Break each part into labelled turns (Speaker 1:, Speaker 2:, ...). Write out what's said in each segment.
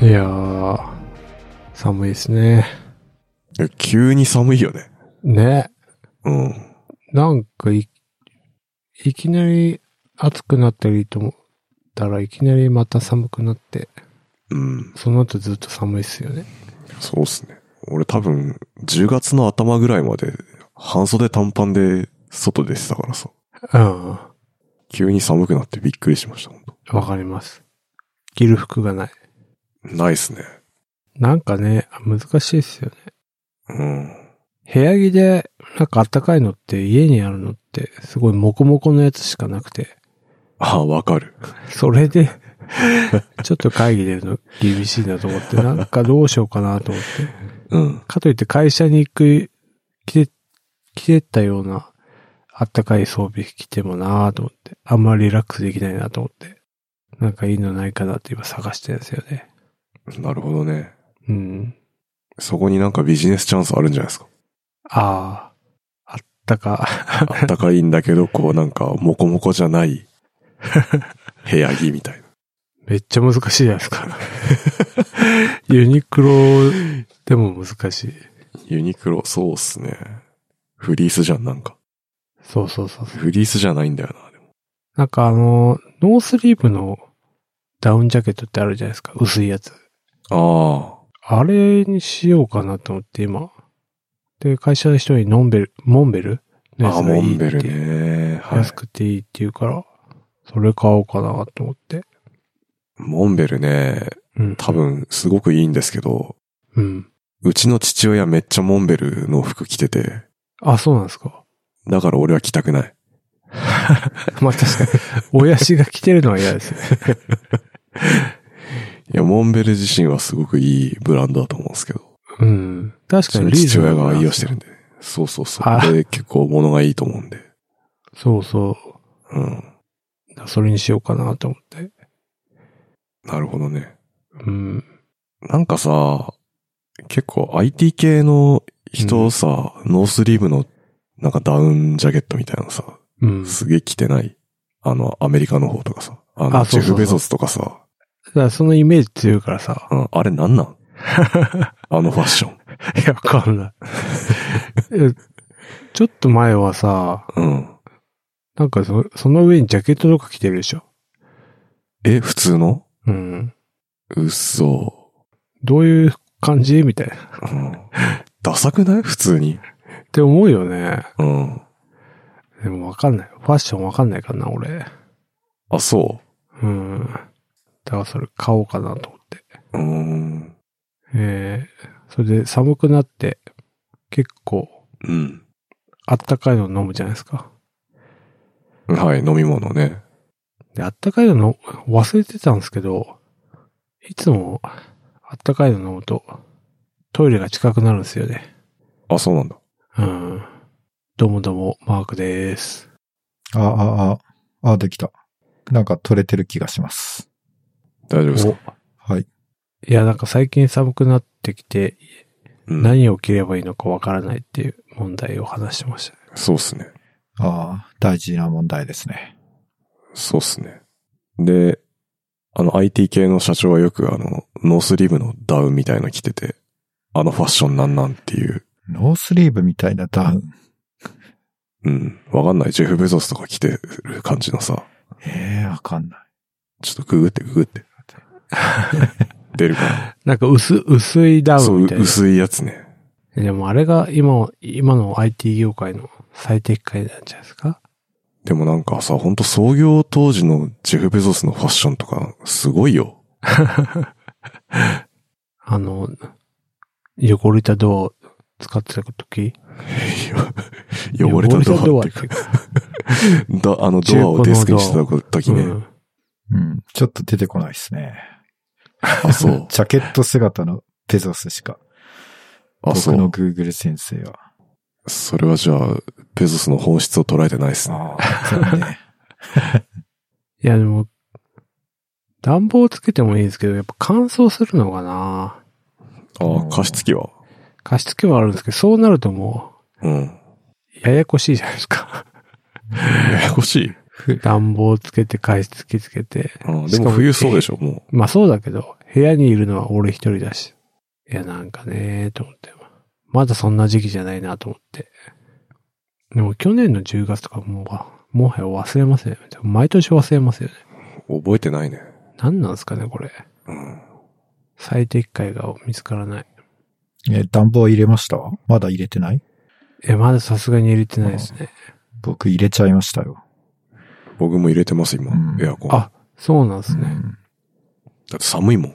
Speaker 1: いやー、寒いですね。
Speaker 2: いや急に寒いよね。
Speaker 1: ね。
Speaker 2: うん。
Speaker 1: なんかい、いきなり暑くなったりと思ったらいきなりまた寒くなって、
Speaker 2: うん。
Speaker 1: その後ずっと寒いっすよね。
Speaker 2: そうっすね。俺多分、10月の頭ぐらいまで、半袖短パンで外出てたからさ。
Speaker 1: うん。わ
Speaker 2: 急に寒くなってびっくりしました、ほんと。
Speaker 1: かります。着る服がない。
Speaker 2: ないっすね。
Speaker 1: なんかね、難しいっすよね。
Speaker 2: うん。
Speaker 1: 部屋着で、なんか暖かいのって家にあるのって、すごいモコモコのやつしかなくて、
Speaker 2: ああ、わかる。
Speaker 1: それで、ちょっと会議での厳しいなと思って、なんかどうしようかなと思って。
Speaker 2: うん。
Speaker 1: かといって会社に行く、着て、着てったような、あったかい装備着てもなぁと思って、あんまりリラックスできないなと思って、なんかいいのないかなって今探してるんですよね。
Speaker 2: なるほどね。
Speaker 1: うん。
Speaker 2: そこになんかビジネスチャンスあるんじゃないで すか。
Speaker 1: ああ、あったか、
Speaker 2: あったかいんだけど、こうなんか、モコモコじゃない、部屋着みたいな。
Speaker 1: めっちゃ難しいじゃないですか。ユニクロでも難しい。
Speaker 2: ユニクロ、そうっすね。フリースじゃん、なんか。
Speaker 1: そうそうそうそう。
Speaker 2: フリースじゃないんだよな、でも。
Speaker 1: なんかあの、ノースリーブのダウンジャケットってあるじゃないですか。薄いやつ。
Speaker 2: あ
Speaker 1: あれにしようかなと思って今。で、会社の人にノンベル、モンベル
Speaker 2: あ。
Speaker 1: のや
Speaker 2: あ
Speaker 1: つ
Speaker 2: あ、
Speaker 1: がい
Speaker 2: モ
Speaker 1: いっ
Speaker 2: ン
Speaker 1: て
Speaker 2: ベルね。はい
Speaker 1: 安。くていいって言うから、それ買おうかなと思って。
Speaker 2: モンベルね、
Speaker 1: うん。
Speaker 2: 多分すごくいいんですけど、
Speaker 1: うん。
Speaker 2: うちの父親めっちゃモンベルの服着てて、
Speaker 1: あ、そうなんですか。
Speaker 2: だから俺は着たくない。
Speaker 1: まあ確かに、親父が着てるのは嫌ですね。
Speaker 2: いや、モンベル自身はすごくいいブランドだと思うんですけど、
Speaker 1: うん。確
Speaker 2: うち
Speaker 1: か
Speaker 2: の
Speaker 1: にリーズ
Speaker 2: 父
Speaker 1: ナ
Speaker 2: 親
Speaker 1: ブル
Speaker 2: が
Speaker 1: なん
Speaker 2: 愛
Speaker 1: で
Speaker 2: 用
Speaker 1: す
Speaker 2: してるんで。そうそうそ
Speaker 1: あ
Speaker 2: う。で、結構物がいいと思うんで。
Speaker 1: そうそ
Speaker 2: うん。
Speaker 1: う。それにしようかなと思って。
Speaker 2: なるほどね。
Speaker 1: うん。
Speaker 2: なんかさ、結構 IT 系の人さ、ノースリーブのなんかダウンジャケットみたいなのさ、
Speaker 1: うん。
Speaker 2: すげえ着てない。あの、アメリカの方とかさ。あ
Speaker 1: あ
Speaker 2: の、
Speaker 1: そ
Speaker 2: ジ
Speaker 1: うそうそう
Speaker 2: ェフ・ベゾスとかさ。
Speaker 1: だからそのイメージ強いからさ。
Speaker 2: うん、あれなんなんあのファッション。
Speaker 1: い や、わかんない。いやちょっと前はさ、
Speaker 2: うん。
Speaker 1: なんかそその上にジャケットとか着てるでしょ。
Speaker 2: え、普通の
Speaker 1: うん。
Speaker 2: 嘘。
Speaker 1: どういう感じみたいな。っ
Speaker 2: うん。ダサくない普通に。
Speaker 1: て思うよね。
Speaker 2: うん。
Speaker 1: でもわかんない。ファッションわかんないかな、俺。
Speaker 2: あ、そ
Speaker 1: うん。だからそれ買おうかなと思って。
Speaker 2: う。うーん。
Speaker 1: えー、それで寒くなって、結構、
Speaker 2: うん。
Speaker 1: あったかいの飲むじゃないですか。
Speaker 2: はい、飲み物ね。
Speaker 1: で、あったかいのの忘れてたんですけど、いつもあったかいの飲むとトイレが近くなるんですよね。
Speaker 2: あ、そうなんだ。
Speaker 1: うん。どうもどうも、マークです。
Speaker 3: あ、あ、あ、あ、できた。なんか取れてる気がします。
Speaker 2: 大丈夫ですか
Speaker 3: はい。
Speaker 1: いや、なんか最近寒くなってきて、
Speaker 2: うん
Speaker 1: 何を着ればいいのかわからないっていう問題を話してましたね。
Speaker 2: そうっすね。
Speaker 3: ああ、大事な問題ですね。
Speaker 2: そうっすね。で、あの IT 系の社長はよくあの、ノースリーブのダウンみたいの着てて、あのファッションなんなんっていう、
Speaker 3: ノースリーブみたいなダウン。
Speaker 2: うん、わかんないジェフ・ベゾスとか着てる感じのさ、
Speaker 3: ええわかんない。
Speaker 2: ちょっとググってググって。出 るか
Speaker 1: なんか薄、薄いダ
Speaker 2: ら。
Speaker 1: ウ
Speaker 2: そ
Speaker 1: ン
Speaker 2: う、
Speaker 1: みたいな。
Speaker 2: 薄いやつね。
Speaker 1: でもあれが今、今の IT 業界の最適解なんじゃないですか
Speaker 2: でもなんかさ、ほんと創業当時のジェフ・ベゾスのファッションとか、すご いよ。
Speaker 1: あの、汚れたドアを使ってた時
Speaker 2: 汚れ
Speaker 1: 汚
Speaker 2: たドアっ
Speaker 1: れ
Speaker 2: て
Speaker 1: たドアっていうか
Speaker 2: いうか、だあのドアをデスクにしてた時ね。
Speaker 1: うん
Speaker 3: うん、ちょっと出てこないですね。
Speaker 2: あ、そう。
Speaker 3: ジャケット姿のペゾスしか。
Speaker 2: あ、
Speaker 3: 僕
Speaker 2: そ
Speaker 3: の
Speaker 2: う。
Speaker 3: Google 先生は。
Speaker 2: それはじゃあ、ベゾスの本質を捉えてないっすね。
Speaker 3: ああ、残念。
Speaker 1: いや、でも、暖房つけてもいいんですけど、やっぱ乾燥するのかな
Speaker 2: ああ、加湿器は。
Speaker 1: 加湿器はあるんですけど、そうなるとも
Speaker 2: うん。
Speaker 1: う、ややこしいじゃないですか。
Speaker 2: ややこしい。
Speaker 3: ふ
Speaker 1: 暖房つけて、加湿器つけて。
Speaker 2: ああ
Speaker 1: し
Speaker 2: で
Speaker 1: かも
Speaker 2: も冬そうでしょ、も
Speaker 1: まあそうだけど、部屋にいるのは俺一人だし。いや、なんかね、と思って。まだそんな時期じゃないなと思って。でも去年の10月とかもうわ、もはや忘れますよね。毎年忘れますよね。
Speaker 2: 覚えてないね。
Speaker 1: 何なんですかね、これ。
Speaker 2: うん。
Speaker 1: 最適解が見つからない。
Speaker 3: え、暖房入れましたまだ入れてない
Speaker 1: え、まださすがに入れてないですね。
Speaker 3: 僕入れちゃいましたよ。
Speaker 2: 僕も入れてます、今。
Speaker 3: うん
Speaker 2: エアコン。
Speaker 1: あ、そうなんです
Speaker 3: う
Speaker 1: ね。
Speaker 3: ん
Speaker 2: だって寒いもん。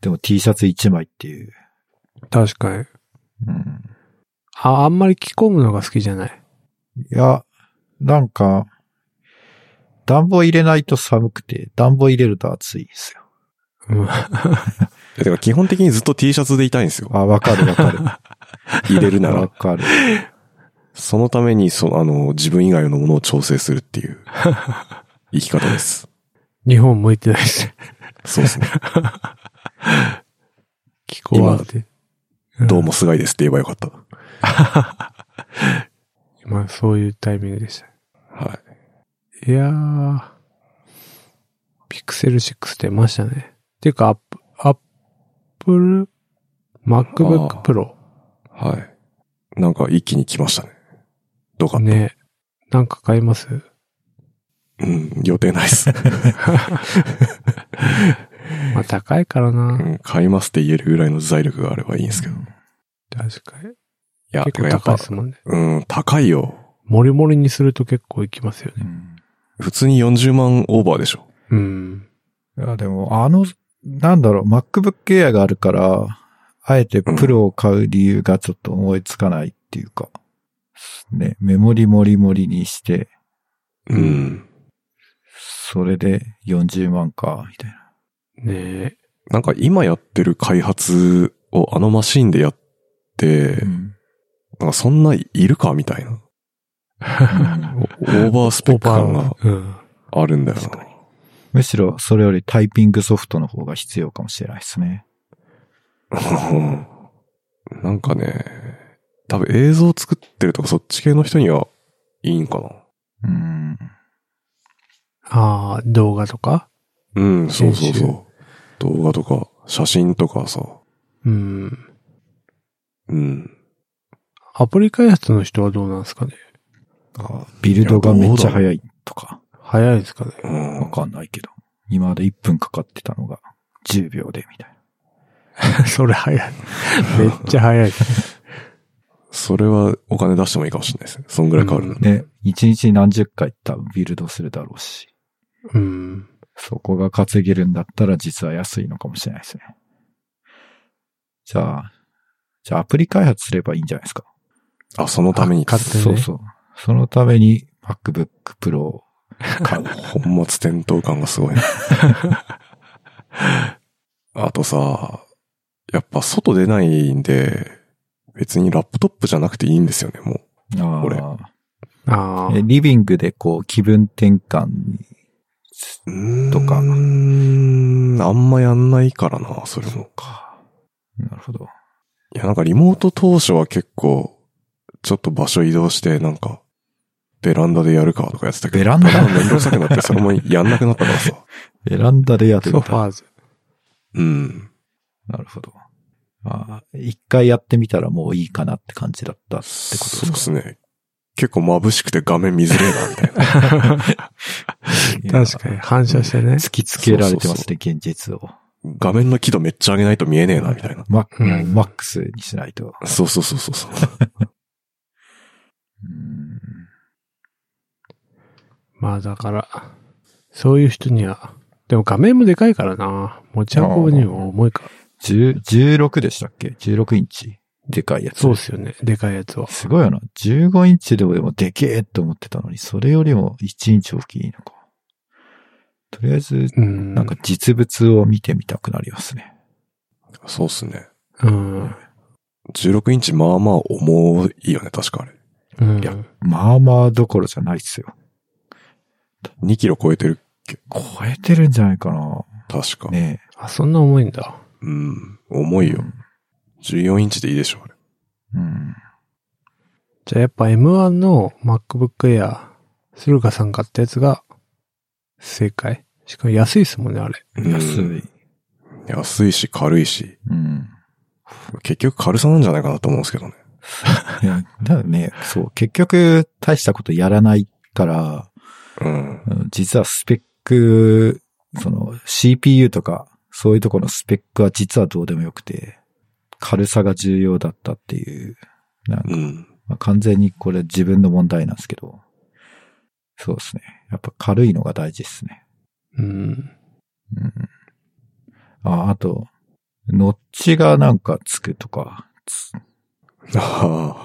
Speaker 3: でも T シャツ1枚っていう。
Speaker 1: 確かに。
Speaker 3: うん
Speaker 1: あ、あんまり着込むのが好きじゃない。
Speaker 3: いや、なんか、暖房入れないと寒くて、暖房入れると暑いですよ。
Speaker 1: うん。
Speaker 2: え、だから基本的にずっと T シャツでいたいんですよ。
Speaker 3: あ、わかるわか る。
Speaker 2: 入れるな
Speaker 3: わ
Speaker 2: ら。
Speaker 3: かる。
Speaker 2: そのために、そあの、自分以外のものを調整するっていう 生き方です。
Speaker 1: 日本向いてないです ね。
Speaker 2: そうですね。
Speaker 1: 気候はあって。
Speaker 2: どうも菅井ですって言えばよかった。
Speaker 1: 今、そういうタイミングでした。
Speaker 2: はい。
Speaker 1: いやー、ピクセル6出ましたね。っていうか、アップ、アップル、MacBook
Speaker 2: あー
Speaker 1: Pro。
Speaker 2: はい。なんか一気に来ましたね。どうか。
Speaker 1: ねなんか買います
Speaker 2: うん、予定ない っす。
Speaker 1: ま あ、高いからな。
Speaker 2: うん、買いますって言えるぐらいの財力があればいいんですけど。い
Speaker 1: 確かに。
Speaker 2: や、
Speaker 1: 結構
Speaker 2: てかやっ
Speaker 1: 高い
Speaker 2: ぱ
Speaker 1: で、すもんね。
Speaker 2: うん、高いよ。
Speaker 1: もりもりにすると結構いきますよね。
Speaker 3: うん
Speaker 2: 普通に40万オーバーでしょ。
Speaker 1: うん。
Speaker 3: いや、でも、あの、なんだろう、MacBook Air があるから、あえてプロを買う理由がちょっと思いつかないっていうか、ね、メモリモリモリにして、
Speaker 1: うん
Speaker 2: うん。
Speaker 3: それで40万か、みたいな。
Speaker 1: ね
Speaker 2: なんか今やってる開発をあのマシンでやって、
Speaker 3: うん
Speaker 2: なんかそんないるかみたいな。
Speaker 3: うん
Speaker 2: オーバースペ
Speaker 1: オ
Speaker 2: ッ
Speaker 1: ー
Speaker 2: ク感
Speaker 1: バ
Speaker 2: が
Speaker 1: ー、うん。
Speaker 2: あるんだよな。
Speaker 1: 確
Speaker 3: むしろそれよりタイピングソフトの方が必要かもしれないですね。
Speaker 2: うんなんかね、多分映像作ってるとかそっち系の人にはいいんか
Speaker 3: うん。
Speaker 1: ああ、動画とか
Speaker 2: な。うん、そうそう
Speaker 1: 編
Speaker 2: そう。動画とか、写真とかさ。
Speaker 1: うん。
Speaker 2: うん。
Speaker 1: アプリ開発の人はどうなんですかね
Speaker 3: ビルドがめっちゃ早いとか、
Speaker 1: 早いですかね
Speaker 2: うん
Speaker 3: わかんないけど。今まで1分かかってたのが10秒でみたい な。
Speaker 1: それ早い。めっちゃ早い。
Speaker 2: それはお金出してもいいかもしれないですね。そんぐらい変わるんだ
Speaker 1: うん
Speaker 3: ね、1日に何十回多分ビルドするだろうし。
Speaker 1: うん。
Speaker 3: そこが稼げるんだったら実は安いのかもしれないですね。じゃあ、じゃあアプリ開発すればいいんじゃないですか。
Speaker 2: あ、そのために。
Speaker 1: あ勝手に
Speaker 3: そうそう。そのために MacBook Pro を買う。
Speaker 2: 本末転倒感がすごいね。あとさ、やっぱ外出ないんで、別にラップトップじゃなくていいんですよね、もう。
Speaker 3: あ
Speaker 2: 俺
Speaker 3: ー
Speaker 1: あ
Speaker 3: え
Speaker 1: あ。
Speaker 3: リビングでこう気分転換に、とか
Speaker 2: うーん、あんまやんないからな、それも。
Speaker 3: なるほど。
Speaker 2: いや、なんかリモート当初は結構、ちょっと場所移動して、なんか、ベランダでやるかとかやってたけど。
Speaker 3: ベランダ
Speaker 2: だんだん面倒くさくなって、それもやんなくなったからさ。
Speaker 3: ベランダでやって
Speaker 1: ソ
Speaker 3: た
Speaker 1: ファーズ。
Speaker 2: うん。
Speaker 3: なるほど。まあ、一回やってみたらもういいかなって感じだったってことです
Speaker 2: そう
Speaker 3: か
Speaker 2: ですね。結構眩しくて画面見づれえな、みたいな。
Speaker 1: 確かに反射してね。
Speaker 3: 突きつけられてま
Speaker 2: そう
Speaker 3: すね、現実を。
Speaker 2: 画面の輝度めっちゃ上げないと見えねえな、みたいな。
Speaker 3: マ
Speaker 1: うん
Speaker 3: もうマックスにしないと。
Speaker 2: そうそうそうそうそう。
Speaker 3: うん
Speaker 1: まあだから、そういう人には、でも画面もでかいからな。持ち運ぶにも重いから。
Speaker 3: 10 16でしたっけ ?16 インチでかいやつ。
Speaker 1: そうっすよね。でかいやつは。
Speaker 3: すごいよな。15インチでもでけえって思ってたのに、それよりも1インチ大きいのか。とりあえず、
Speaker 1: うん。
Speaker 3: なんか実物を見てみたくなりますね。
Speaker 2: そうっすね。
Speaker 1: うん。
Speaker 2: 16インチまあまあ重いよね、確かあれ。
Speaker 1: うん。
Speaker 3: いやまあまあどころじゃないっすよ。
Speaker 2: 2キロ超えてる、
Speaker 3: 超えてるんじゃないかな。
Speaker 2: 確か。
Speaker 3: ね
Speaker 1: あ、そんな重いんだ。
Speaker 2: うん。重いよ。14インチでいいでしょ、あれ。
Speaker 3: え。うん。
Speaker 1: じゃあやっぱ M1 の MacBook Air、駿河さん買ったやつが正解しかも安いっすもんね、あれ。
Speaker 2: うん
Speaker 3: 安い。
Speaker 2: 安いし軽いし、
Speaker 3: うん。
Speaker 2: 結局軽さなんじゃないかなと思うんですけどね。
Speaker 3: いや、だよね、そう、結局、大したことやらないから、
Speaker 2: うん。
Speaker 3: うん実はスペック、その CPU とか、そういうところのスペックは実はどうでもよくて、軽さが重要だったっていう、なんか
Speaker 2: うん。
Speaker 3: まあ、完全にこれ自分の問題なんですけど、そうですね。やっぱ軽いのが大事ですね。
Speaker 1: うん。
Speaker 3: うん。あ、あと、ノッチがなんかつくとか、つ
Speaker 2: ああ、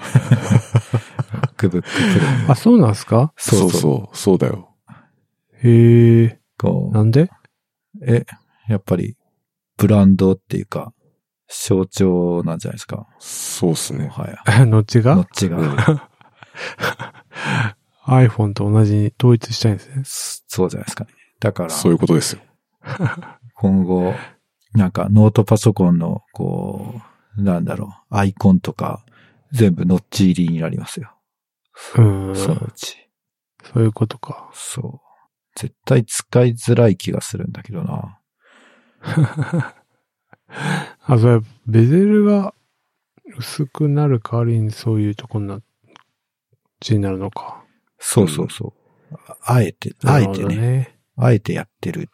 Speaker 3: MacBook Pro
Speaker 1: あ、そうなんすか
Speaker 2: そうそう、そうだよ。
Speaker 1: へえ。
Speaker 3: こ
Speaker 1: なんで
Speaker 3: う、え、やっぱり、ブランドっていうか、象徴なんじゃないですか。
Speaker 2: そうっす
Speaker 3: も
Speaker 2: ね。
Speaker 3: はや。
Speaker 1: のっち
Speaker 3: ノ
Speaker 1: が
Speaker 3: ッチ
Speaker 2: う
Speaker 3: が。
Speaker 2: ん
Speaker 1: iPhone と同じに統一したいんですね。
Speaker 3: そ そうじゃないですかね。だから、
Speaker 2: そういうことですよ。
Speaker 3: 今後、なんかノートパソコンの、こう、なんだろう、アイコンとか、全部ノッチ入りになりますよ。
Speaker 1: うん。
Speaker 3: そ
Speaker 1: そ
Speaker 3: のうち。
Speaker 1: ういうことか。
Speaker 3: そう。絶対使いづらい気がするんだけどな。
Speaker 1: あ、それ、ベゼルが薄くなる代わりにそういうとこにな、字になるのか。
Speaker 3: そうそうそう。ああえて、あ
Speaker 1: なる
Speaker 3: え
Speaker 1: ほ
Speaker 3: て
Speaker 1: ど
Speaker 3: ね、
Speaker 1: ね。
Speaker 3: あえてやってるっ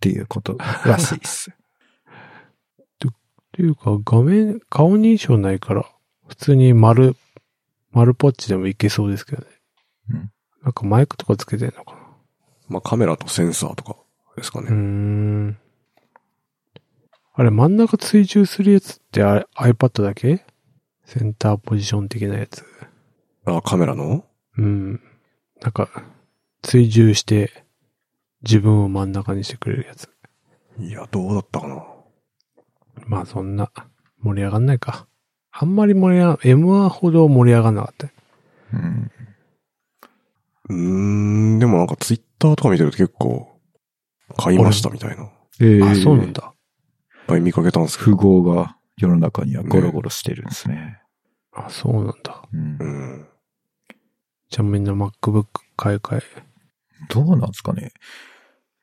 Speaker 3: ていうことらしいです。
Speaker 1: っていうか、画面、顔認証ないから、普通に丸、丸ポッチでもいけそうですけどね。
Speaker 3: うん
Speaker 1: なんかマイクとかつけてんのか
Speaker 2: まあ、カメラとセンサーとかですか
Speaker 1: な。うー
Speaker 2: ね。
Speaker 1: ん。あれ、真ん中追従するやつってあれ iPad だけセンターポジション的なやつ。
Speaker 2: あ、カメラの
Speaker 1: うん。なんか、追従して、自分を真ん中にしてくれるやつ。
Speaker 2: いや、どうだったかな。
Speaker 1: まあそんな、盛り上がんないか。あんまり盛り上が、M1 ほど盛り上がんなかった。
Speaker 3: うん。
Speaker 2: うーん、でもなんかツイッターとか見てると結構、買いましたみたいな。いっ
Speaker 3: えー
Speaker 1: あ、そうなんだ。
Speaker 2: ぱい見かけたんですけ
Speaker 3: 符
Speaker 2: ど。
Speaker 3: 号が世の中にはゴロゴロしてるんですね。
Speaker 1: あ、そうなんだ。
Speaker 3: うん
Speaker 2: う、ん。
Speaker 1: じゃあみんな MacBook 買い替え。
Speaker 3: どうなんですかね。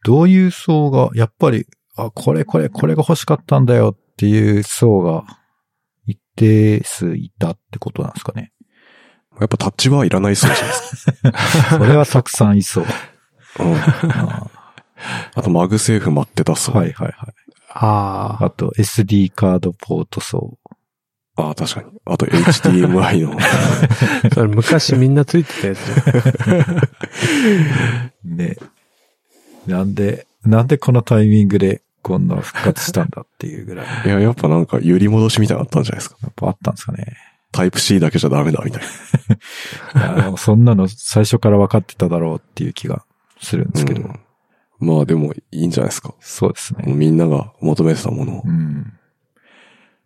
Speaker 3: どういう層が、やっぱり、あ、これこれこれが欲しかったんだよっていう層が一定数いたってことなんですかね。
Speaker 2: やっぱタッチバーいらないそうじゃないです
Speaker 3: それはたくさんいそう。
Speaker 2: か。うん。
Speaker 3: あ
Speaker 2: あとマグセーフ待ってた
Speaker 3: ー
Speaker 2: そう。
Speaker 3: はいはいはい。
Speaker 1: ああ
Speaker 3: あと SD カードポート層。
Speaker 2: ああ、確かに。あと HDMI の。
Speaker 1: それ昔みんなついてたやつだよ
Speaker 3: ね。なんで、なんでこのタイミングでこんな復活したんだっていうぐらい。
Speaker 2: いや、やっぱなんか揺り戻しみたいなのあったんじゃないですか。
Speaker 3: やっぱあったんですかね。
Speaker 2: タイプ C だけじゃダメだ、みたいな。
Speaker 3: いやでもそんなの最初から分かってただろうっていう気がするんですけど。
Speaker 2: うんまあでもいいんじゃないですか。
Speaker 3: そうです
Speaker 2: もう
Speaker 3: ね。
Speaker 2: みんなが求めてたものを
Speaker 3: うん。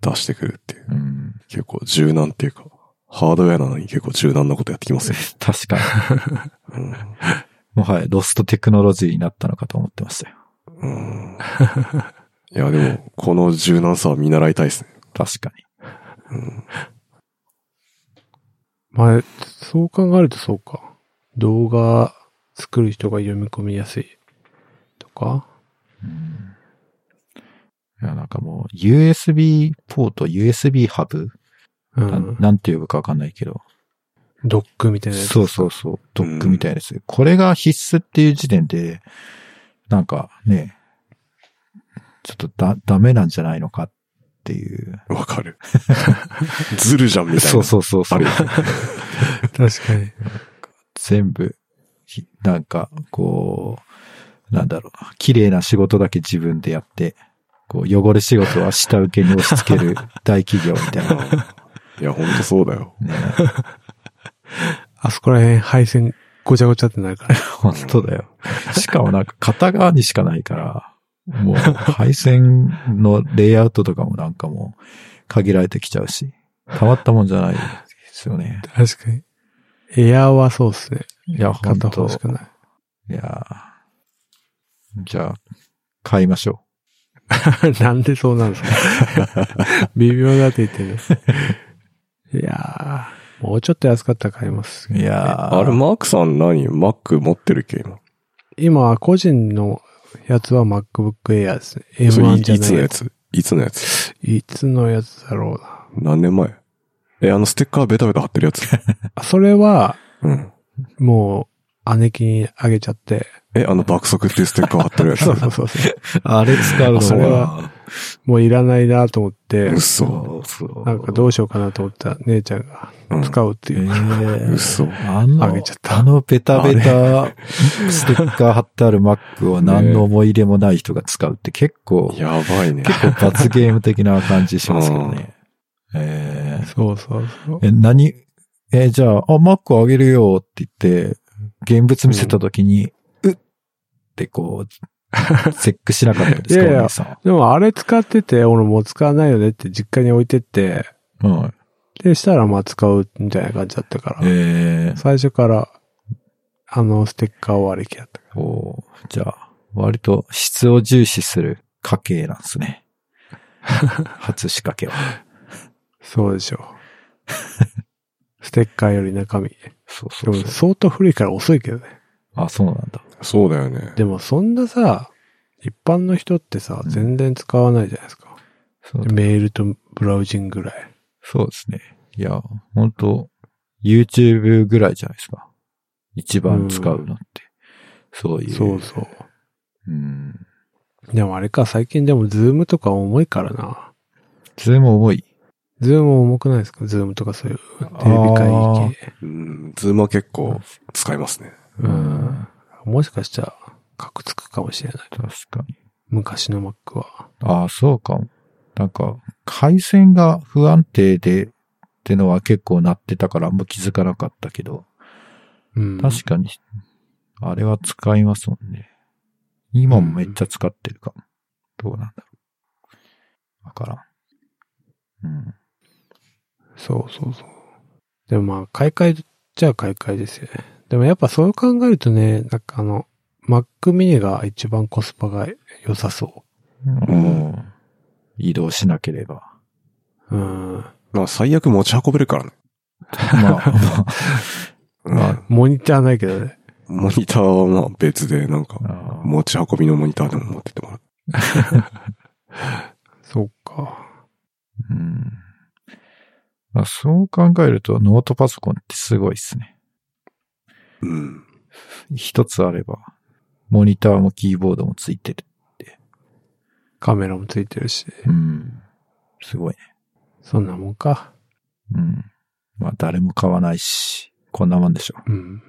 Speaker 2: 出してくるっていう。
Speaker 3: うん。
Speaker 2: 結構柔軟っていうか、ハードウェアなのに結構柔軟なことやってきますよ。
Speaker 3: 確かに。
Speaker 2: うん。
Speaker 3: もはやロストテクノロジーになったのかと思ってましたよ。
Speaker 2: うん、いや、でも、この柔軟さは見習いたいですね。
Speaker 3: 確かに。
Speaker 1: まあ、そう考えるとそうか。動画作る人が読み込みやすいとか。
Speaker 3: うんいや、なんかもう USB ポート、USB ハブ、
Speaker 1: う
Speaker 3: なんん、。なんて呼ぶかわかんないけど。
Speaker 1: ドックみたいなやつ。
Speaker 3: そうそうそう。ドックみたいです。これが必須っていう時点で、なんかね、ちょっとだ、ダメなんじゃないのかっていう。
Speaker 2: わか る。ずるじゃん、みたいな。
Speaker 3: そうそうそうそ
Speaker 2: あ
Speaker 3: う
Speaker 2: る。よね
Speaker 1: 確かに。
Speaker 3: 全部、ひなんか、こう、なんだろう、綺麗な仕事だけ自分でやって、こう、汚れ仕事は下請けに押し付け る大企業みたいな。
Speaker 2: いや、ほんとそうだよ。
Speaker 3: ね、
Speaker 1: あそこら辺配線ごちゃごちゃってなるから。
Speaker 3: 本当だよ。しかもなんか片側にしかないから、もう配線のレイアウトとかもなんかもう限られてきちゃうし、たまったもんじゃないですよ ね。
Speaker 1: 確かに。エアーはそうっすね。
Speaker 3: いや、本
Speaker 1: 片
Speaker 3: 当
Speaker 1: 方しかない。
Speaker 3: いやーじゃあ、買いましょ
Speaker 1: なんでそうなんですか 微妙だって言ってる。いやー、もうちょっと安かったら買います。
Speaker 3: う。いやー
Speaker 2: あれ、マークさん何 ?Mac 持ってるっけ、今。
Speaker 1: 今、個人のやつは MacBook Air ですね。
Speaker 2: それ
Speaker 1: M1
Speaker 2: い
Speaker 1: じゃな
Speaker 2: い
Speaker 1: い
Speaker 2: つのや
Speaker 1: やつ。
Speaker 2: ついつのやつ
Speaker 1: いつのやつだろうな。
Speaker 2: 何年前え、あのステッカーベタベタ貼ってるやつ
Speaker 1: あそれは、
Speaker 2: うん。
Speaker 1: もう、姉貴にあげちゃって。
Speaker 2: え、あの爆速っていうステッカー貼ってるやつ
Speaker 1: そうそうそうそう。
Speaker 3: あれ使うの
Speaker 2: あ、それ
Speaker 3: は、
Speaker 2: は、
Speaker 1: もういらないなと思って、
Speaker 2: 嘘。
Speaker 1: なんかどうしようかなと思ったら姉ちゃんが
Speaker 2: うん
Speaker 1: 使うって
Speaker 3: え
Speaker 1: いう。
Speaker 3: ー
Speaker 2: 嘘。
Speaker 3: あの、
Speaker 1: あげちゃった
Speaker 3: あのベタベタステッカー貼ってある Mac を何の思い入れもない人が使うって結構、
Speaker 2: やばいね。
Speaker 3: 結構罰ゲーム的な感じしますけど ね。えー
Speaker 1: そうそうそう。
Speaker 3: え、何え、じゃあ、あ、Mac あげるよって言って、現物見せたときに、うっってこう、チェックしなかったんですか、
Speaker 1: いやいや
Speaker 3: お兄さ
Speaker 1: でもあれ使ってて、俺もう使わないよねって実家に置いてって、
Speaker 3: ん。はい。
Speaker 1: で、したらまあ使うみたいな感じだったから、
Speaker 3: えー、
Speaker 1: 最初から、あのステッカーは割り切りだったか
Speaker 3: おーじゃあ、割と質を重視する家系なんで すね。初仕掛けは。
Speaker 1: ら。そうでし ょう。ステッカーより中身。
Speaker 3: そうそ
Speaker 1: で
Speaker 3: う
Speaker 1: も
Speaker 3: そう。
Speaker 1: 相当古いから遅いけどね。
Speaker 3: あ、そうなんだ。
Speaker 2: そうだよね。
Speaker 1: でもそんなさ、一般の人ってさ、
Speaker 3: うん
Speaker 1: 全然使わないじゃないですか。
Speaker 3: そう
Speaker 1: メールとブラウジングぐらい。
Speaker 3: そうですね。いや、本当 YouTube ぐらいじゃないですか。一番使うのって。そういう。
Speaker 1: そうそう。
Speaker 3: うん。
Speaker 1: でもあれか、最近でもズームとか重いからな。
Speaker 3: それも重い。
Speaker 1: ズーム重くないですかズームとかそういうテレビ会議系。
Speaker 2: うん、ズームは結構使いますね。
Speaker 1: う
Speaker 3: うんん。
Speaker 1: もしかしたら、カクつくかもしれない。
Speaker 3: 確かに。
Speaker 1: 昔の Mac は。
Speaker 3: ああ、そうかも。なんか、回線が不安定で、ってのは結構鳴ってたからあんま気づかなかったけど、
Speaker 1: うん。
Speaker 3: 確かに、あれは使いますもんね。今もめっちゃ使ってるかも。どうなんだろう。わからん。うん。
Speaker 1: そうそうそう。でもまあ、買い替えっちゃ買い替えですよね。でもやっぱそう考えるとね、なんかあの、Mac mini が一番コスパが良さそ
Speaker 3: もう、移動しなければ。
Speaker 1: う。うん。
Speaker 2: まあ最悪持ち運べるからね。
Speaker 3: まあ、ま
Speaker 2: うん
Speaker 3: まあ
Speaker 1: モニターないけどね。
Speaker 2: モニターはまあ別で、なんか、
Speaker 3: あ、
Speaker 2: 持ち運びのモニターでも持ってってもらう。
Speaker 1: そうか。
Speaker 3: うん。まあ、そう考えると、ノートパソコンってすごいっすね。
Speaker 2: うん。
Speaker 3: 一つあれば、モニターもキーボードもついてる。
Speaker 1: カメラもついてるし。
Speaker 3: うん。すごいね。
Speaker 1: そんなもんか。
Speaker 3: うん。まあ、誰も買わないし、こんなもんでしょ。
Speaker 1: うん。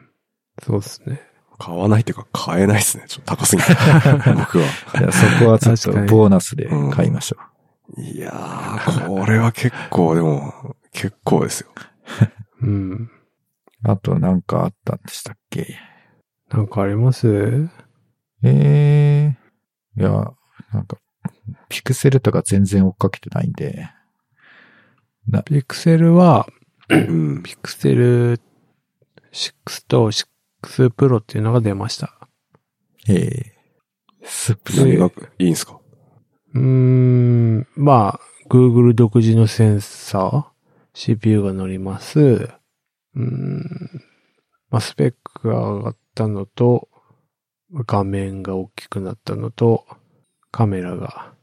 Speaker 1: そうっすね。
Speaker 2: 買わないっていうか買えないですね。ちょっと高す ぎて。僕は。
Speaker 3: いや、そこはちょっと
Speaker 1: 確かに
Speaker 3: ボーナスで買いましょ
Speaker 2: いやー、これは結構、でも、結構ですよ。
Speaker 1: うん。
Speaker 3: う。あと、なんかあったんでしたっけ
Speaker 1: なんかあります
Speaker 3: ええいや、なんか、ピクセルとか全然追っかけてないんで、
Speaker 1: ピクセルは、
Speaker 2: うん。
Speaker 1: ピクセル6と6プロっていうのが出ました。
Speaker 3: ええスプ
Speaker 2: 何がいいんすか
Speaker 1: うーん、まあ、Google 独自のセンサー、CPU が乗ります。うーん、まあ、スペックが上がったのと、画面が大きくなったのと、カメラが、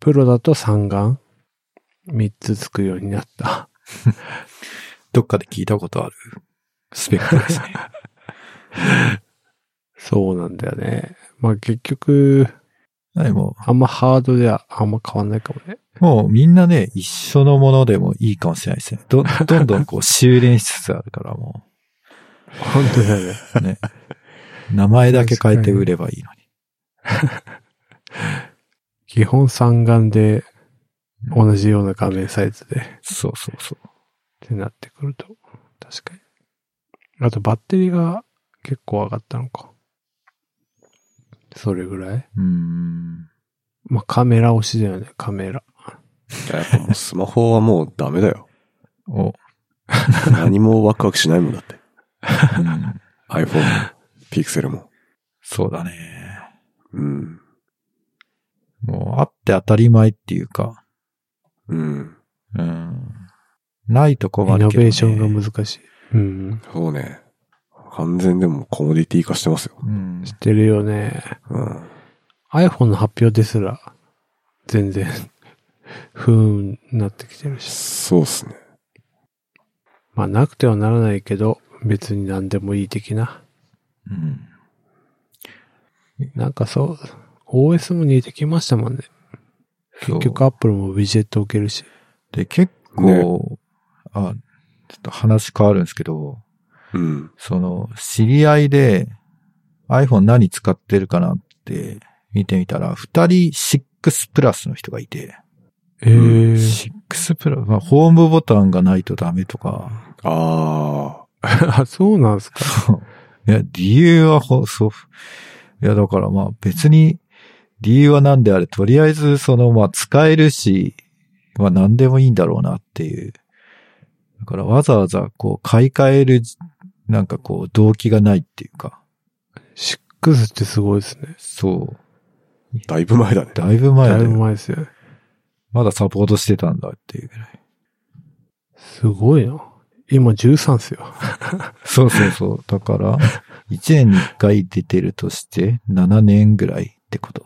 Speaker 1: プロだと3眼 ?3 つつくようになった。
Speaker 3: どっかで聞いたことあるスペックですね。
Speaker 1: そうなんだよね。まあ結局、
Speaker 3: はい、も
Speaker 1: あんまハードではあんま変わんないかもね。
Speaker 3: う、もうみんなね、一緒のものでもいいかもしれないですね。ど、どんどんこう修練しつつあるからも
Speaker 1: 本当だよね。
Speaker 3: う、ね。名前だけ変えて売ればいいのに。
Speaker 1: 基本三眼で
Speaker 3: うん
Speaker 1: 同じような画面サイズでっ
Speaker 3: そうそうそう。
Speaker 1: てなってくると、確かに。あとバッテリーが結構上がったのか。それぐらいう
Speaker 3: ーん。
Speaker 1: まあカメラ推しだよね、カメラ。
Speaker 2: いややっぱもうスマホはもうダメだよ。
Speaker 3: お、
Speaker 2: 何もワクワクしないもんだって。
Speaker 3: うん、
Speaker 2: iPhone も、Pixel も。
Speaker 3: そうだね。
Speaker 2: うん。
Speaker 3: もう、あって当たり前っていうか、
Speaker 2: うん。
Speaker 3: うんないとこ
Speaker 1: イ
Speaker 3: はあ
Speaker 1: ノ
Speaker 3: るけど、ね。
Speaker 1: ベーションが難しい。うん。
Speaker 2: そうね。完全でもコモディティ化してますよ。
Speaker 3: うん
Speaker 1: 知ってるよね。
Speaker 2: うん。
Speaker 1: iPhone の発表ですら、全然 不運になってきてるし。
Speaker 2: そうっすね。
Speaker 1: まあ、なくてはならないけど、別に何でもいい的な。
Speaker 3: うん。
Speaker 1: なんかそう、OS も似てきましたもんね。
Speaker 3: そう
Speaker 1: 結局 Apple もウィジェット置けるし。
Speaker 3: で、結構、あ、ちょっと話変わるんですけど、
Speaker 2: うん。
Speaker 3: その、知り合いで iPhone 何使ってるかなって見てみたら、二人6プラスの人がいて、
Speaker 1: ええ
Speaker 3: 6プラス、まあ、ホームボタンがないとダメとか、
Speaker 2: あ
Speaker 1: あ、 そうなんですか。
Speaker 3: いや、理由はほ、そう、いや、だからまあ別に、理由は何であれ、とりあえず、その、まあ使えるし、まあ何でもいいんだろうなっていう。だからわざわざ、こう、買い替える、なんかこう、動機がないっていうか、
Speaker 1: 6ってすごいですね。
Speaker 3: そう。
Speaker 2: あ、だいぶ前だね。
Speaker 3: だいぶ前
Speaker 1: だ
Speaker 3: だ
Speaker 1: いぶ
Speaker 3: よ。
Speaker 1: 前ですよね。
Speaker 3: まだサポートしてたんだっていうぐらい。
Speaker 1: すごいな。今13っすよ。
Speaker 3: そうそうそう。だから、1年に1回出てるとして、7年ぐらいってこと。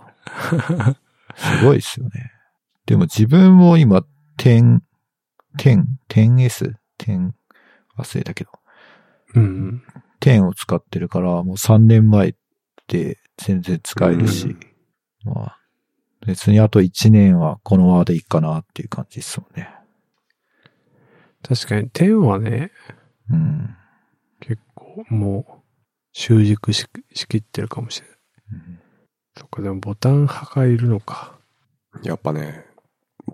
Speaker 3: すごいですよね。でも自分も今、10、10、10S、10、忘れたけど、
Speaker 1: うん。
Speaker 3: 10を使ってるから、もう3年前って全然使えるし、まあ、別にあと1年はこのままでいいかなっていう感じですもんね。
Speaker 1: 確かに10はね、
Speaker 3: うん。
Speaker 1: 結構もう、習熟ししきってるかもしれない。
Speaker 3: うん
Speaker 1: そっか、でもボタン派がいるのか。
Speaker 2: やっぱね、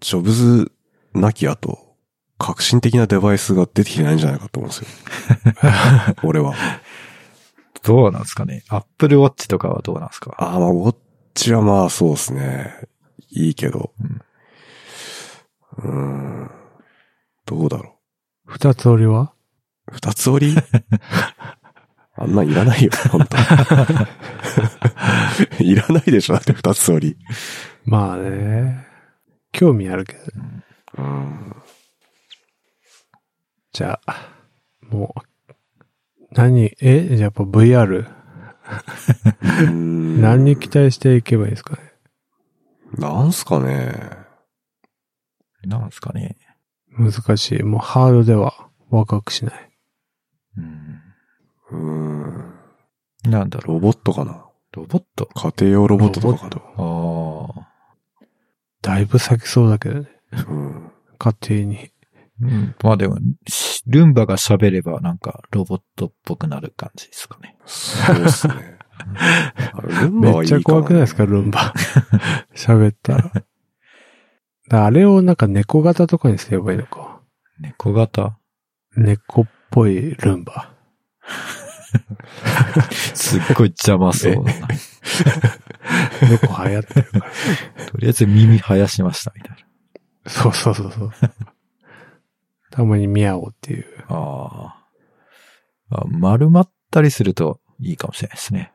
Speaker 2: ジョブズなき後、革新的なデバイスが出てきてないんじゃないかと思うんですよ。俺は。
Speaker 3: どうなんですかね。Apple Watch とかはどうなんですか
Speaker 2: ああ、まあ、ウォッチはまあそうですね。いいけど。うーん。どうだろ
Speaker 1: 二つ折りは
Speaker 2: う。二つ折り あんなんいらないよ、本当 いらないでしょ、だって二つ折り。
Speaker 1: まあね。興味あるけど。
Speaker 2: うん。
Speaker 1: じゃあ、もう、何、え、やっぱ VR?
Speaker 2: うん
Speaker 1: 何に期待していけばいいですかね。
Speaker 2: なんすかね。
Speaker 3: なんですかね。
Speaker 1: 難しい。もうハードではワクワクしない。
Speaker 3: うん。
Speaker 2: うーん。
Speaker 3: なんだろ
Speaker 2: ロボットかな。
Speaker 3: う。ロボット
Speaker 2: 家庭用ロボットとかか
Speaker 3: ああ。
Speaker 1: だいぶ先そうだけどね。
Speaker 2: な。うん。
Speaker 1: 家庭に。
Speaker 3: うん。まあでも、しルンバが喋ればなんかロボットっぽくなる感じですかね。
Speaker 2: そうっすね。 あれルンバ
Speaker 1: め
Speaker 2: は
Speaker 1: っ
Speaker 2: いい
Speaker 1: ち
Speaker 2: か
Speaker 1: ゃ怖くないですか、ルンバ。 喋ったら。だからあれをなんか猫型とかにすればいいのか。
Speaker 3: 猫型
Speaker 1: 猫っぽいルンバ。
Speaker 3: すっごい邪魔そうだな。
Speaker 1: 猫流行ってるから。
Speaker 3: とりあえず耳生やしましたみたい
Speaker 1: そうそうそうそう。たまにミャオっていう。
Speaker 3: な。あーあ。丸まったりするといいかもしれないですね。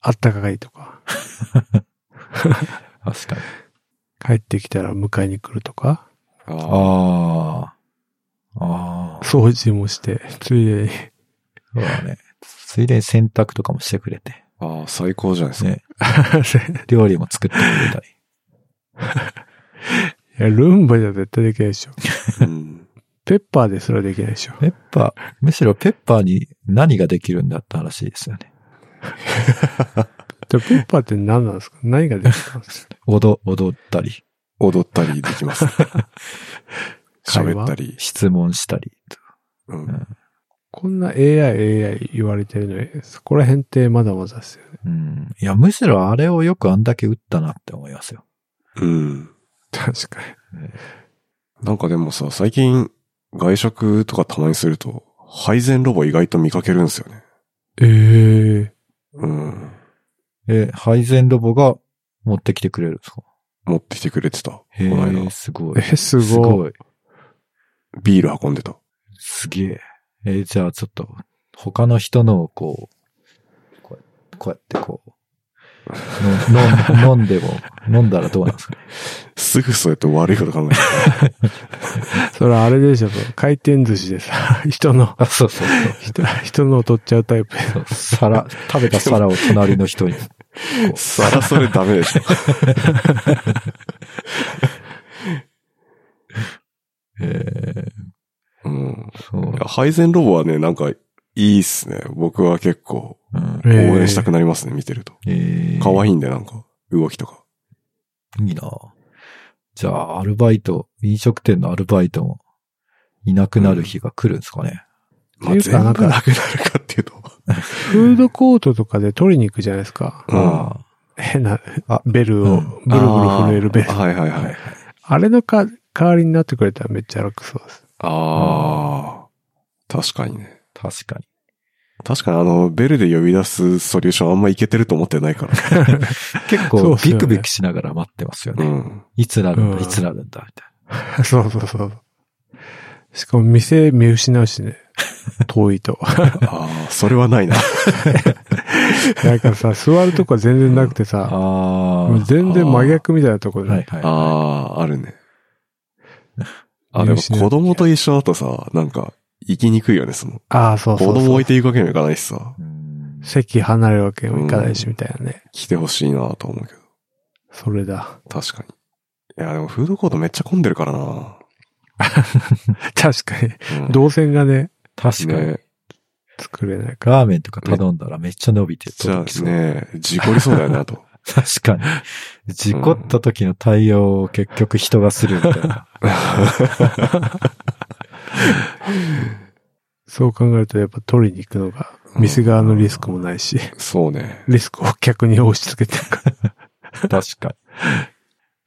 Speaker 1: あったかいとか。
Speaker 3: 確かに。
Speaker 1: 帰ってきたら迎えに来るとか。
Speaker 2: ああ。
Speaker 3: ああ。ああ。
Speaker 1: 掃除もして、ついでに。
Speaker 3: そうだね。ついでに洗濯とかもしてくれて、
Speaker 2: ああ、最高じゃないですか。
Speaker 3: ね、料理も作ってくれたり。
Speaker 1: いや、ルンバじゃ絶対できないでしょ。
Speaker 2: うん。
Speaker 1: ペッパーですらできないでしょ。
Speaker 3: ペッパー、むしろペッパーに何ができるんだって話ですよね。
Speaker 1: じゃあペッパーって何なんですか何ができたんですか
Speaker 3: 踊、踊ったり、
Speaker 2: 踊ったりできます。
Speaker 1: 会話
Speaker 2: 喋ったり。
Speaker 3: 質問したり
Speaker 2: う
Speaker 3: と。
Speaker 2: ん。
Speaker 1: こんな AI、AI 言われてるのに、そこら辺ってまだまだですよね。
Speaker 3: うん。いや、むしろあれをよくあんだけ打ったなって思いますよ。
Speaker 2: うん。
Speaker 1: 確か
Speaker 2: なんかでもさ、最近、外食とかたまにすると、配膳ロボ意外と見かけるんですよね。
Speaker 1: に。ええ
Speaker 2: うん。
Speaker 3: え、配膳ロボが持ってきてくれるんですか
Speaker 2: 持ってきてくれてた。こ
Speaker 3: へ
Speaker 2: の間
Speaker 3: え、。すご
Speaker 1: え
Speaker 3: い。
Speaker 1: すごい。
Speaker 3: い。
Speaker 2: ビール運んでた。
Speaker 3: すげえ。えーじゃあちょっと、他の人のをこう、こうやってこうやってこう、の 飲ん飲んでも、飲んだらどうなんですかね。
Speaker 2: すぐそうやって悪いこと考えてた。
Speaker 1: それあれでしょ、その回転寿司でさ、 人の、
Speaker 3: あ、そうそうそう。
Speaker 1: 人人のを取っちゃうタイプ。
Speaker 3: 皿、食べた皿を隣の人に
Speaker 2: さらそれダメでしょ。
Speaker 3: え ー
Speaker 2: うん。
Speaker 3: そう
Speaker 2: いや。配膳ロボはね、なんか、いいっすね。僕は結構、
Speaker 3: うん
Speaker 2: 応援したくなりますね、見てると。
Speaker 3: えー
Speaker 2: 可愛いんで、なんか、動きとか。
Speaker 3: いいなじゃあ、アルバイト、飲食店のアルバイトも、いなくなる日が来るんですかね。
Speaker 2: まあ、
Speaker 1: っていうか
Speaker 2: 全
Speaker 1: な
Speaker 2: 部なん
Speaker 1: か
Speaker 2: くなるかっていうと。
Speaker 1: フードコートとかで取りに行くじゃないですか。
Speaker 2: うん。は
Speaker 3: あ
Speaker 1: 変な
Speaker 3: あ、
Speaker 1: ベル
Speaker 3: う
Speaker 1: を、
Speaker 3: ん
Speaker 1: ブルブル震えるベ
Speaker 2: い
Speaker 1: ル。あ
Speaker 2: はいはい。
Speaker 1: れのか代わりになってくれたらめっちゃ楽そうです。
Speaker 2: ああ、確かにね。
Speaker 3: あ、確かに。
Speaker 2: 確かにあの、ベルで呼び出すソリューションあんまいけてると思ってないから。
Speaker 3: 結
Speaker 1: そう
Speaker 3: 構、
Speaker 1: っすよ
Speaker 3: ビ
Speaker 1: ね
Speaker 3: クビクしながら待ってます よ
Speaker 2: う
Speaker 3: ね。
Speaker 2: ん。
Speaker 3: いつなるんだ、
Speaker 1: うん
Speaker 3: いつなるんだ、みたい
Speaker 1: そうそうそう。しかも店見失うしね。遠いと。
Speaker 2: ああ、それはないな。
Speaker 1: なんかさ、座るとこは全然なくて
Speaker 3: な。
Speaker 1: さ、
Speaker 3: あ
Speaker 1: もう全然真逆みたいなとこ
Speaker 3: あ
Speaker 1: で。
Speaker 3: はいはい。
Speaker 2: ああ、あるね。あ、で
Speaker 1: 見
Speaker 2: も
Speaker 1: 失う
Speaker 2: 子供と一緒だとさ、なんか、行きにくいよね、その。
Speaker 1: ああ、そう
Speaker 2: 子
Speaker 1: そうそう。
Speaker 2: 供置いていくわけにもいかないしさ、
Speaker 3: うん
Speaker 1: 席離れるわけにもいかないし、みたいなね。
Speaker 2: 来てほしいなと思うけど。
Speaker 1: それだ。
Speaker 2: 確かに。いや、でもフードコートめっちゃ混んでるからな。
Speaker 1: 確かに。
Speaker 2: うん
Speaker 1: 動線がね、
Speaker 3: 確かに。
Speaker 2: ね
Speaker 1: 作れないから。
Speaker 3: ラーメンとか頼んだらめっちゃ伸びて
Speaker 2: じゃ
Speaker 3: 届き
Speaker 2: あ
Speaker 3: そう。
Speaker 2: ね、事故りそうだよな と。
Speaker 3: 確かに。事故った時の対応を結局人がするみたいな。
Speaker 1: そう考えると、やっぱ取りに行くのが、店側のリスクもないし、
Speaker 2: そうね。
Speaker 1: リスクを客に押し付けてるから。
Speaker 3: 確かに。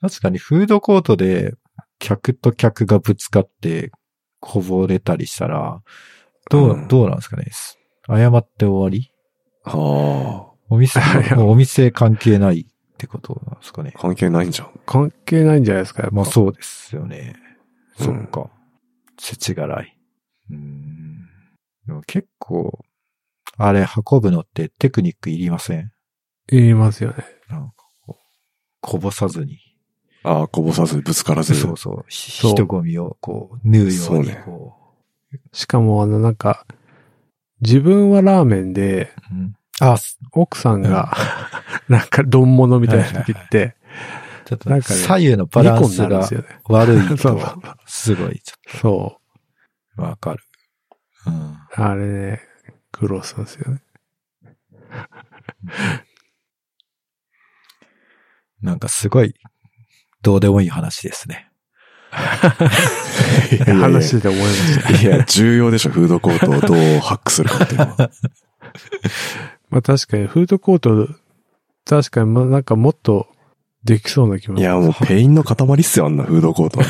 Speaker 3: 確かにフードコートで客と客がぶつかってこぼれたりしたら、どう、
Speaker 2: うん
Speaker 3: どうなんですかね。謝って終わり
Speaker 2: あ
Speaker 3: お店、 もうお店関係ないってことなんですかね
Speaker 2: あ、。関係ないんじゃん。
Speaker 1: 関係ないんじゃないですか、やっぱ
Speaker 3: まあそうですよね。
Speaker 2: うん
Speaker 3: そっか。せちがらい。うん。でも結構、あれ運ぶのってテクニックいりません
Speaker 1: 言いますよね。
Speaker 3: なんかこう、こぼさずに。
Speaker 2: ああ、こぼさず、ぶつからず。
Speaker 3: そうそう。ひ
Speaker 1: そう
Speaker 3: 人混みをこう、縫うよ
Speaker 2: そうう
Speaker 3: に
Speaker 2: ね
Speaker 3: こ
Speaker 1: しかも、あの、なんか、自分はラーメンで、
Speaker 3: う。うんあ、す
Speaker 1: 奥さんが、なんか、丼物みたいな時って、
Speaker 3: ちょっと
Speaker 1: なんかね
Speaker 3: 左右のバ
Speaker 1: ニ
Speaker 3: ラ
Speaker 1: コ
Speaker 3: ン
Speaker 1: にな
Speaker 3: ス
Speaker 1: るんで
Speaker 3: が
Speaker 1: すよね。
Speaker 3: 悪
Speaker 1: そ
Speaker 3: いと
Speaker 1: うそう、
Speaker 3: すごい、ちょ
Speaker 1: そ
Speaker 3: っとわかる。うん。
Speaker 1: う。あれね、苦労するんですよね。
Speaker 3: なんかすごい、どうでもいい話ですね。
Speaker 2: いやいやいや
Speaker 1: 話で思いました。
Speaker 2: いや、重要でしょ、フードコートをどうハックするかっていうのは。
Speaker 1: まあ確かに、フードコート、確かに、まあなんかもっとできそうな気も
Speaker 2: いや、もうペインの塊っすよ、あんなフードコート。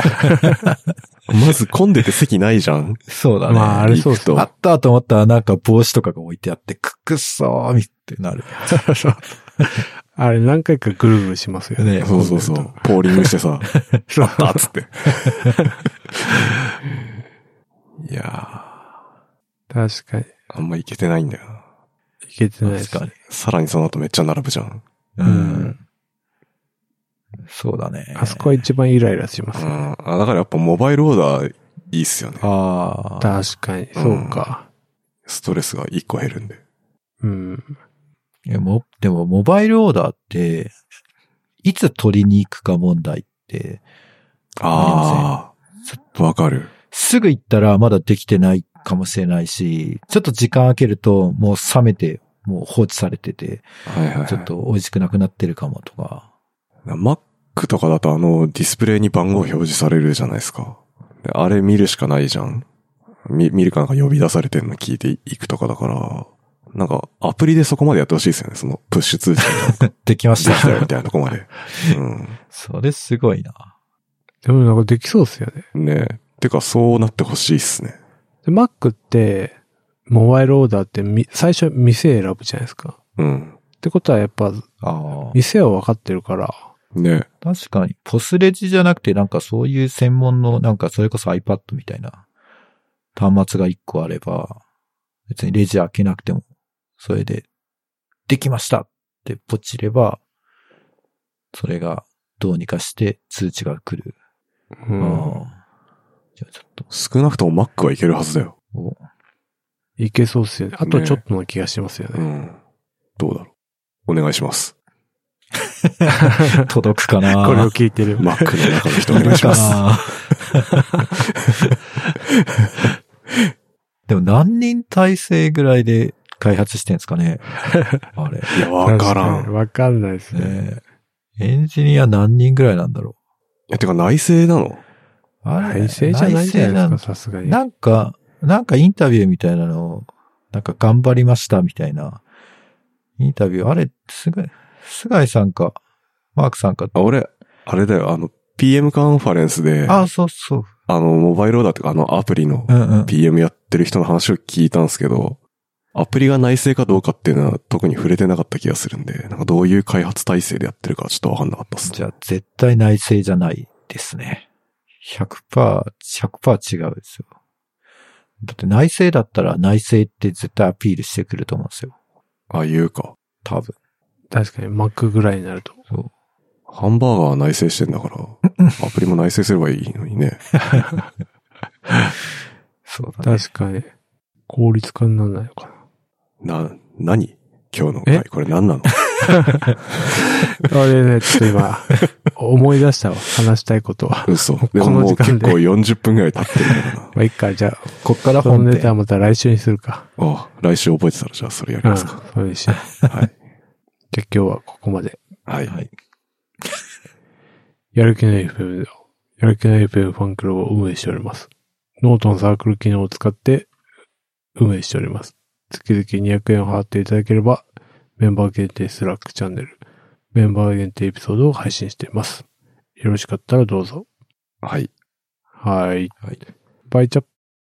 Speaker 2: まず混んでて席ないじゃん。
Speaker 3: そうだね。
Speaker 1: まあ、あれそうです
Speaker 2: 行
Speaker 3: あ
Speaker 2: く
Speaker 3: ったと思ったらなんか帽子とかが置いてあって、くくっそーみってなる。
Speaker 1: あれ何回かぐるぐるしますよね。
Speaker 3: ね
Speaker 2: と。そうそうそう。ポーリングしてさ、
Speaker 1: そう
Speaker 2: あっつって。 いや
Speaker 1: 確かに、
Speaker 2: ー、あんまいけてないんだよな。
Speaker 1: いけてないで
Speaker 3: 確
Speaker 1: す
Speaker 3: か。に。
Speaker 2: さらにその後めっちゃ並ぶじゃん。
Speaker 3: う。
Speaker 1: うん
Speaker 3: そうだね。
Speaker 1: あそこは一番イライラしま
Speaker 2: う
Speaker 1: す。
Speaker 2: ん。あだからやっぱモバイルオーダーいいっすよね。
Speaker 3: ああ。
Speaker 1: 確かに、そうか。
Speaker 2: ストレスが一個減るんで。
Speaker 1: うん。
Speaker 3: いやもでも、モバイルオーダーって、いつ取りに行くか問題って、
Speaker 2: ああ、わかる。
Speaker 3: すぐ行ったらまだできてないかもしれないし、ちょっと時間空けるともう冷めて、もう放置されてて、
Speaker 2: はいはい、はい。
Speaker 3: ちょっと美味しくなくなってるかもとか。
Speaker 2: Mac とかだとあのディスプレイに番号表示されるじゃないですか。であれ見るしかないじゃん。み見るかなんか呼び出されてんの聞いていくとかだから、なんかアプリでそこまでやってほしいですよね。そのプッシュ通知が
Speaker 3: できまし
Speaker 2: できたよみ
Speaker 3: た。
Speaker 2: たいなとこまで。
Speaker 3: それすごいな。
Speaker 1: でもなんかできそうですよね。
Speaker 2: うん。ねえ。てかそうなってほしいっすね。
Speaker 1: で、Mac って、モバイルオーダーってみ、最初店選ぶじゃないですか。
Speaker 2: うん。
Speaker 1: ってことはやっぱ、
Speaker 3: ああ。
Speaker 1: 店は分かってるから、
Speaker 2: ね
Speaker 3: 確かに。ポスレジじゃなくて、なんかそういう専門の、なんかそれこそ iPad みたいな端末が1個あれば、別にレジ開けなくても、それで、できましたってポチれば、それがどうにかして通知が来る。
Speaker 1: う、
Speaker 3: うんじゃあちょっと、
Speaker 2: 少なくとも Mac はいけるはずだよ。
Speaker 3: お
Speaker 1: いけそうですよね。あとちょっとの気がしますよね。
Speaker 2: うん。どうだろう。お願いします。
Speaker 3: 届くか な
Speaker 1: これを聞いてる。
Speaker 2: Mac の中の人お願いします。
Speaker 3: でも何人体制ぐらいで開発してんですか ねあれ。
Speaker 2: いや、わから
Speaker 1: 確に
Speaker 2: ん。
Speaker 1: わかんないですね。
Speaker 3: ねえエンジニア何人ぐらいなんだろ
Speaker 2: え、てか内製なの
Speaker 3: うあれ
Speaker 1: 内政じゃないんじゃない
Speaker 3: 内
Speaker 1: です
Speaker 3: 政
Speaker 1: か、さすが
Speaker 3: な
Speaker 1: に。
Speaker 3: なんか、なんかインタビューみたいなのを、なんか頑張りましたみたいな、インタビュー。あれ、すぐ、菅井さんか、マークさんか。
Speaker 2: あ俺、あれだよ、あの、PM カンファレンスで、あ
Speaker 3: あ、そうそう。
Speaker 2: の、モバイルオーダーとか、あの、アプリの
Speaker 3: うんうん。
Speaker 2: PM やってる人の話を聞いたんですけど、アプリが内製かどうかっていうのは特に触れてなかった気がするんで、なんかどういう開発体制でやってるかちょっとわかんなかったっす。
Speaker 3: じゃあ、絶対内政じゃないですね。100%、100%違うですよ。だって内政だったら内政って絶対アピールしてくると思うんですよ。
Speaker 2: あ、言うか。
Speaker 3: 多分。
Speaker 1: 確かに、マックぐらいになると。
Speaker 3: そう。
Speaker 2: ハンバーガーは内製してんだから、アプリも内製すればいいのにね。
Speaker 3: そうだね。
Speaker 1: 確かに。効率化にならないのか
Speaker 2: な、何今日の回、
Speaker 1: え
Speaker 2: これ何なの
Speaker 1: な。あれね、ちょっと 今、思い出したわ。話したいことは。
Speaker 2: 嘘。でももう
Speaker 1: 時間
Speaker 2: 結
Speaker 1: で
Speaker 2: 構40分ぐらい経ってるからな。
Speaker 1: まあ、いっか、じゃあ、
Speaker 3: こっから
Speaker 1: この
Speaker 3: 本
Speaker 1: ネ
Speaker 3: 編
Speaker 1: タはまた来週にするか。
Speaker 2: あ来週覚えてたらじゃあそれやり
Speaker 1: うん、
Speaker 2: ま
Speaker 1: そ
Speaker 2: すか。
Speaker 1: うにしよう
Speaker 2: は
Speaker 1: じゃあ
Speaker 2: い。
Speaker 1: 今日はここまで。
Speaker 2: はい。
Speaker 3: はい。
Speaker 1: やる気ない FM では、やる気ない FM ファンクラブを運営しております。ノートのサークル機能を使って運営しております。月々200円を払っていただければ、メンバー限定スラックチャンネル、メンバー限定エピソードを配信しています。よろしかったらどうぞ。
Speaker 2: はい。
Speaker 1: はい。
Speaker 3: はい
Speaker 1: バイチャップ